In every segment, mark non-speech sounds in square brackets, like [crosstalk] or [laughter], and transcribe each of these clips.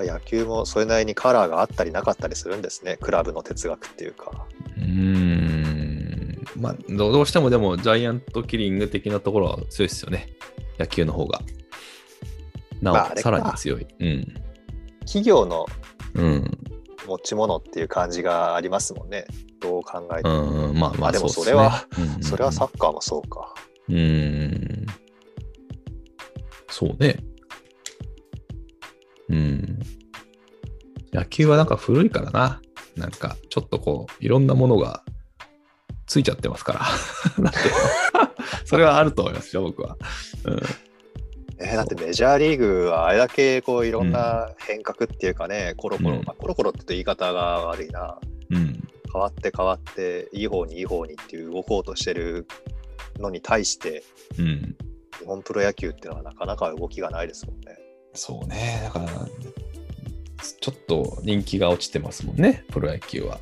野球もそれなりにカラーがあったりなかったりするんですね、クラブの哲学っていうか。うーん。まあ、どどうしてもでも、ジャイアントキリング的なところは強いですよね。野球の方が。なお、まああれかさらに強い。うん。企業のうん。持ち物っていう感じがありますもんね、どう考えてうも。ん、まあままあ、あでもうっすねそれは、うんうんそれはサッカーもそうか。うーん。そうね。うん。野球はなんか古いからな。なんか、ちょっとこう、いろんなものがついちゃってますから。 [laughs] なんていうのそれはあると思いますよ、僕は。うん。えーだってメジャーリーグはあれだけこういろんな変革っていうかね、コロコロ、うんまあコロコロって言い方が悪いな、うん。変わって変わって、いい方にいい方にっていう動こうとしてるのに対して、うん。日本プロ野球っていうのはなかなか動きがないですもんね。そうね。だから、ちょっと人気が落ちてますもんね、プロ野球は。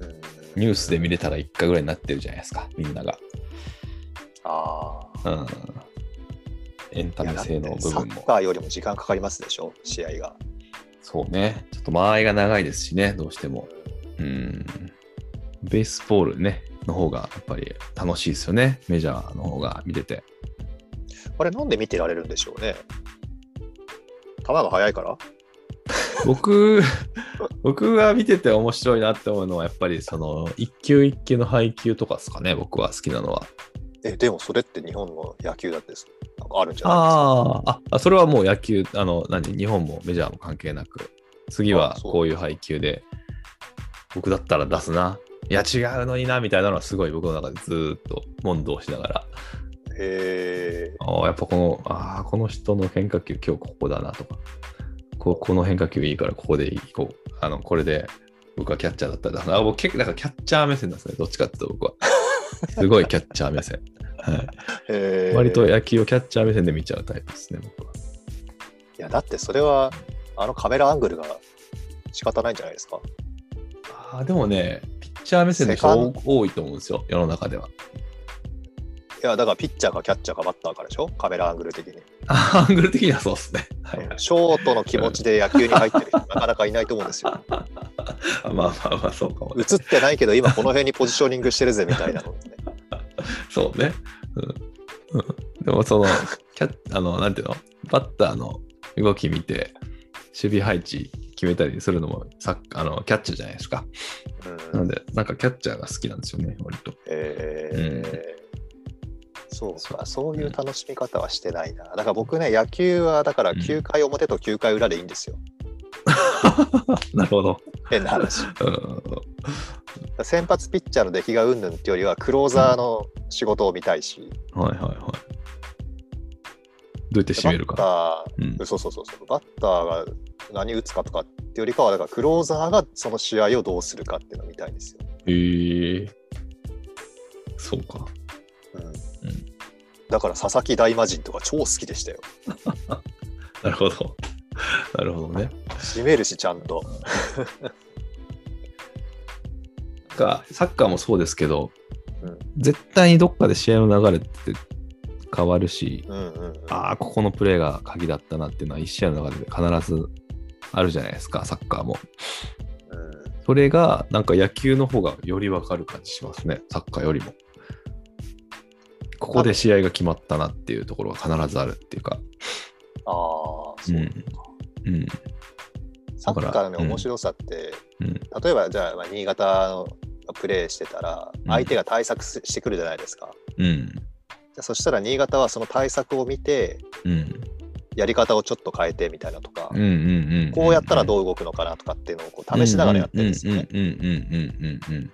うんニュースで見れたら1回ぐらいになってるじゃないですか、みんなが。ああ。うん。エンタいやメだって性の部サ分ッも。カーよりも時間かかりますでしょ、試合が。そうね。ちょっと間合いが長いですしね、どうしても。うん。ベースボールね、の方がやっぱり楽しいですよね。メジャーの方が見てて。あれ、なんで見てられるんでしょうね。球が速いから僕、 [laughs] 僕が見てて面白いなって思うのは、やっぱりその、一球一球の配球とかですかね、僕は好きなのは。え、でもそれって日本の野球だってすなんかあるんじゃないですか。あーあ、あそれはもう野球、あの、何、日本もメジャーも関係なく、次はあそうこういう配球で、僕だったら出すな。いや、違うのにな、みたいなのはすごい僕の中でずーっと問答しながら、へえ。ああ、やっぱこの、ああ、この人の変化球、今日ここだなとか、ここの変化球いいから、ここでいこう。あの、これで、僕はキャッチャーだったら出すな、あ僕結構、だからキャッチャー目線なんですね、どっちかっていうと [laughs] 僕は。すごいキャッチャー目線。はい、へー割と野球をキャッチャー目線で見ちゃうタイプですね、僕は。いやだってそれはあのカメラアングルが仕方ないんじゃないですかあーでもね、ピッチャー目線の人セカン多いと思うんですよ、世の中では。 [laughs] いやだからピッチャーかキャッチャーかバッターかでしょカメラアングル的に、あーアングル的にはそうですね。はいはいショートの気持ちで野球に入ってる [laughs] 人なかなかいないと思うんですよあ [laughs] まあまあまあ、そうかも映ね。ってないけど今この辺にポジショニングしてるぜみたいなのねそうね。うんうん、でも、その、 [laughs] キャッあの、なんていうの、バッターの動き見て、守備配置決めたりするのもサッあのキャッチャーじゃないですか。うなんので、なんかキャッチャーが好きなんですよね、割と。えーそうかそういう楽しみ方はしてないなだから僕ね野球はだからうん9回表と9回裏でいいんですよ [laughs] なるほど。変な話だかうんら先発ピッチャーの出来がうんぬんっていうよりはクローザーの仕事を見たいしはいはいはい。どうやって締バめるッか。ターうんそうそうそうそう、バッターが何打つかとかってよりかは、だからクローザーがその試合をどうするかっていうのを見たいんですよ。へえそうか。うんんだから佐々木大魔神とか超好きでしたよ。なるほど。 [laughs] なるほどね。締めるし、ちゃんと。かサッカーもそうですけど、うん絶対にどっかで試合の流れって変わるし、うんうんうん、ああ、ここのプレーが鍵だったなっていうのは、1試合の中で必ずあるじゃないですか、サッカーも。うんそれが、なんか野球の方がよりわかる感じしますね、サッカーよりも。ここで試合が決まったなっていうところが必ずあるっていうか。ああ、そうう。ん。うん。サッカーのねうん面白さって、うん。例えばじゃあ、まあ新潟のプレーしてたら、ん相手が対策すしてくるじゃないですか。うん。じゃあそしたら、新潟はその対策を見て、うん。やり方をちょっと変えてみたいなとか、うん。うん。うん。こうやったらどう動くのかなとかっていうのをこう試しながらやってるんですよね。うんうんうんうん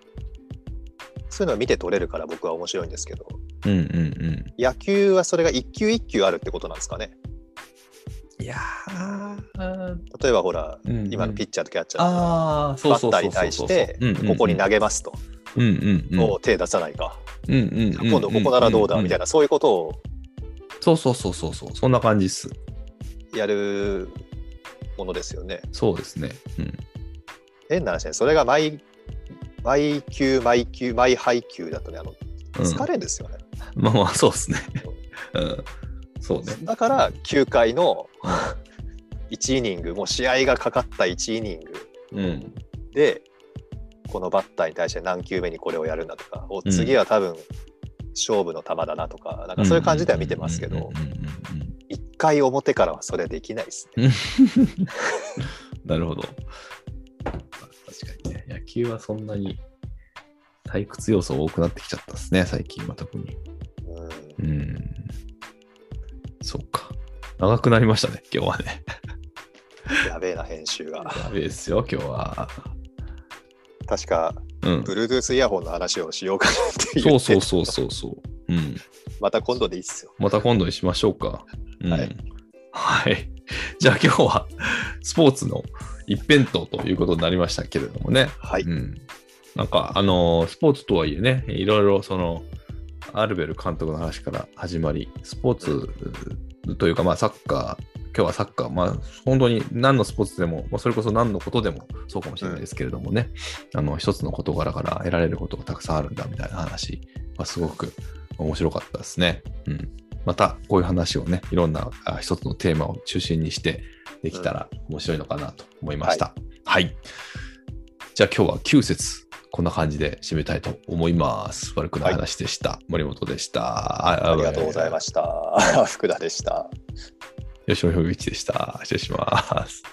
そういうのを見て取れるから僕は面白いんですけど、うんうんうんうんうん野球はそれが一球一球あるってことなんですかね。いやー、例えばほら、うんうん今のピッチャーとキャッチャーとああ、そうバそッうタそーうにそう対そしう。てうんうんうん、ここに投げますと、うんうんうん、もう手出さないか、うんうんうん、今度ここならどうだみたいな。な、そういうことをそうそうそうそうそう、そんな感じっす。やるものですよね。そうですね。うん、変な話ね、それが毎毎球、毎球、毎配球だとね、あの疲れるんですよね。うん、まあまあ、そうですね。うん、そうね。だから、9回の1イニング、もう試合がかかった1イニングうん。で、このバッターに対して何球目にこれをやるんだとか、お次は多分勝負の球だなとか、なんかそういう感じでは見てますけどうん、うんうんうんうん1回表からはそれできないですね。なるほど。確かにね、野球はそんなに退屈要素多くなってきちゃったですね、最近は特に。うんうん。そっか。長くなりましたね、今日はね。やべえな、編集が。やべえですよ、今日は。確か、うん。 Bluetooth イヤホンの話をしようかなっていう。そうそうそうそうそう。うん。また今度でいいっすよ。また今度にしましょうか。うんはい。はい。じゃあ今日はスポーツの一辺倒ということになりましたけれどもね。はい。うん、なんか、あのースポーツとはいえね、いろいろその、アルベル監督の話から始まり、スポーツというか、まあ、サッカー、今日はサッカー、まあ、本当に何のスポーツでも、まあ、それこそ何のことでもそうかもしれないですけれどもね、あの一つの事柄から得られることがたくさんあるんだみたいな話はすごく面白かったですね。うん、またこういう話をね、いろんなあ一つのテーマを中心にしてできたら面白いのかなと思いました。はい、じゃあ今日は9節こんな感じで締めたいと思います。悪くない話でした。森本でした。あありがとうござい [laughs] ました。福田でした。吉野博一でした。失礼します。